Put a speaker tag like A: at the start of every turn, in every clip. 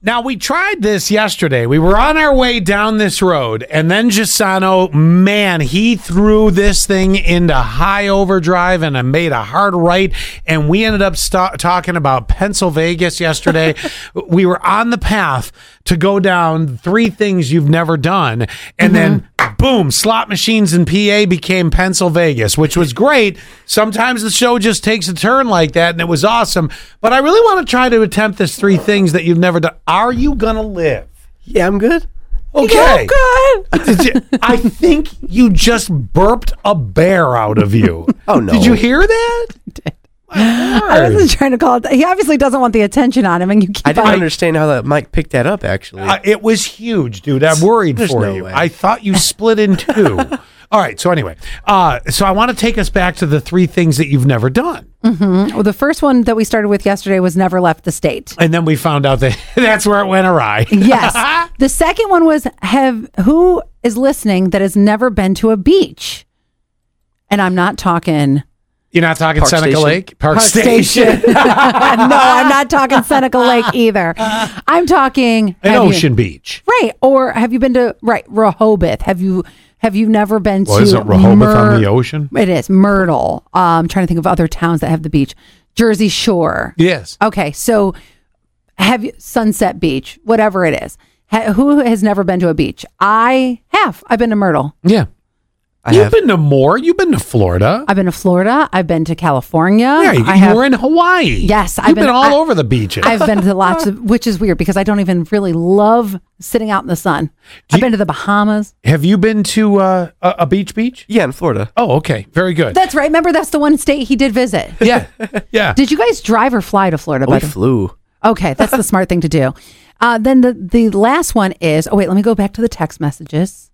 A: Now we tried this yesterday. We were on our way down this road, and then Gisano, man, he threw this thing into high overdrive and I made a hard right. And we ended up sto- talking about Pennsylvania yesterday. we were on the path to go down three things you've never done,
B: Mm-hmm.
A: and then boom, slot machines in PA became Pencil Vegas, which was great. Sometimes the show just takes a turn like that, and it was awesome. But I really want to try to attempt this three things that you've never done. Are you gonna live?
B: Yeah, I'm good.
A: Okay.
C: Oh, God.
A: Did you- I think you just burped a bear out of you.
B: Oh, no.
A: Did you hear that?
C: I wasn't trying to call it. That. He obviously doesn't want the attention on him, and you keep.
B: I didn't
C: on-
B: understand how that Mike picked that up. Actually,
A: Uh, it was huge, dude. I'm worried
B: There's
A: for
B: no
A: you.
B: way.
A: I thought you split in two. All right. So anyway, uh, so I want to take us back to the three things that you've never done,
C: Well, the first one that we started with yesterday was never left the state.
A: and then we found out that that's where it went awry.
C: Yes. the second one was have who is listening that has never been to a beach, and I'm not talking.
A: You're not talking
B: Park
A: Seneca
B: Station.
A: Lake, Park,
C: Park Station. no, I'm not talking Seneca Lake either. I'm talking
A: and
C: have you-
A: Ocean Beach.
C: right? Or have you been to right Rehoboth? Have you have you never been
A: Well,
C: to?
A: isn't Rehoboth on
C: Myr-
A: the ocean?
C: It is Myrtle. Um, I'm trying to think of other towns that have the beach. Jersey Shore.
A: Yes.
C: Okay, so have you, Sunset Beach, whatever it is. Ha, who has never been to a beach? I have. I've been to Myrtle.
A: Yeah.
B: I
A: you've
B: have-
A: been to more. You've been to Florida.
C: I've been to Florida. I've been to California.
A: yeah, you,
C: I
A: you
C: have,
A: were in Hawaii.
C: Yes,
A: You've
C: I've been-
A: all
C: I-
A: over the beaches.
C: I've been to lots of, which is weird because I don't even really love sitting out in the sun. I've been to the Bahamas.
A: Have you been to uh, a, a beach? Beach?
B: yeah, in Florida.
A: Oh, okay. Very good.
C: That's right. Remember, that's the one state he did visit.
A: yeah. Yeah.
C: Did you guys drive or fly to Florida?
B: Oh, we
C: by the-
B: flew.
C: Okay, that's the smart thing to do. Uh, then the the last one is oh wait, let me go back to the text messages.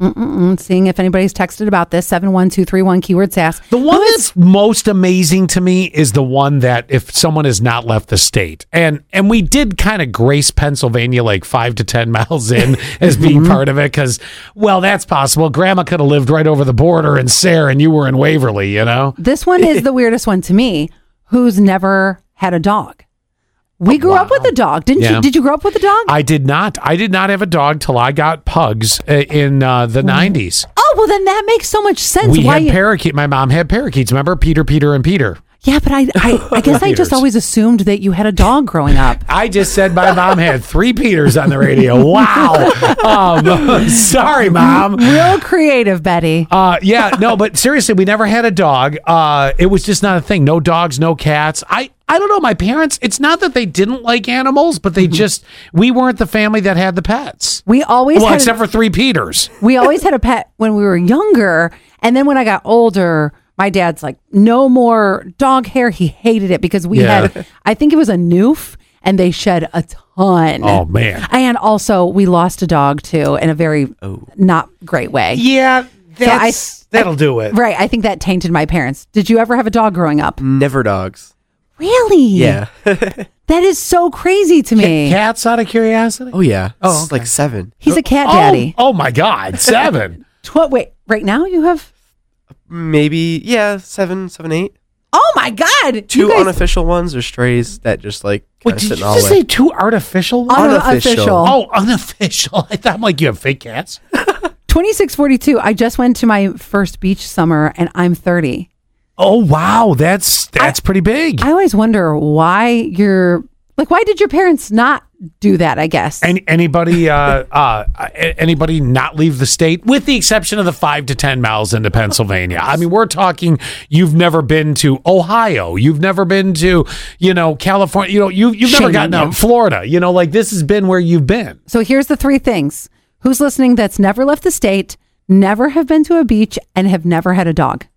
C: Mm-mm-mm, seeing if anybody's texted about this seven one two three one keyword sass.
A: The one that's most amazing to me is the one that if someone has not left the state, and and we did kind of grace Pennsylvania like five to ten miles in as being part of it, because well, that's possible. Grandma could have lived right over the border in Sayre, and you were in Waverly, you know.
C: This one is the weirdest one to me. Who's never had a dog? We grew up with a dog, didn't
A: Yeah.
C: you? Did you grow up with a dog?
A: I did not. I did not have a dog till I got pugs uh, in uh, the nineties.
C: oh well, then that makes so much sense.
A: We had
C: you-
A: parakeet. My mom had parakeets. Remember Peter, Peter, and Peter.
C: yeah, but I I, I guess I just
A: Peters.
C: always assumed that you had a dog growing up.
A: I just said my mom had three Peters on the radio. Wow. Um, sorry, mom.
C: Real creative, Betty.
A: Uh, yeah, no, but seriously, we never had a dog. Uh, it was just not a thing. No dogs, no cats. I, I don't know. My parents, it's not that they didn't like animals, but they just, we weren't the family that had the pets.
C: We always
A: Well,
C: had
A: except for three Peters.
C: we always had a pet when we were younger. And then when I got older, my dad's like, no more dog hair. He hated it because we
A: Yeah.
C: had, I think it was a noof and they shed a ton.
A: Oh, man.
C: And also, we lost a dog too in a very
A: Oh.
C: not great way.
A: Yeah,
C: that's-
A: that'll do it.
C: Right. I think that tainted my parents. Did you ever have a dog growing up?
B: Never dogs.
C: Really?
B: Yeah.
C: That is so crazy to me.
A: Cats out of curiosity?
B: Oh yeah. Oh, like seven.
C: He's a cat
A: Oh,
C: daddy.
A: Oh, my God. Seven.
C: Tw- wait, right now you have.
B: Maybe yeah, seven, seven, eight.
C: Oh my God.
B: Two
C: you guys,
B: unofficial ones or strays that just like
A: Wait,
B: kind
A: did you
B: of sit in the
A: just
B: hallway.
A: say two artificial
C: Uh-huh.
A: ones?
B: Unofficial.
C: unofficial.
A: Oh, unofficial. I thought, I'm like, you have fake cats?
C: 2642 i just went to my first beach summer and i'm 30
A: Oh, wow. That's, that's pretty big.
C: i always wonder why you're like why did your parents not do that i guess
A: Any, anybody, uh, uh, a- anybody not leave the state, with the exception of the five to ten miles into Pennsylvania. I mean, we're talking. You've never been to Ohio. You've never been to, you know, California. You know, you you've never
C: Shame
A: gotten
C: on
A: out
C: you.
A: of Florida. You know, like this has been where you've been.
C: so here's the three things who's listening that's never left the state never have been to a beach and have never had a dog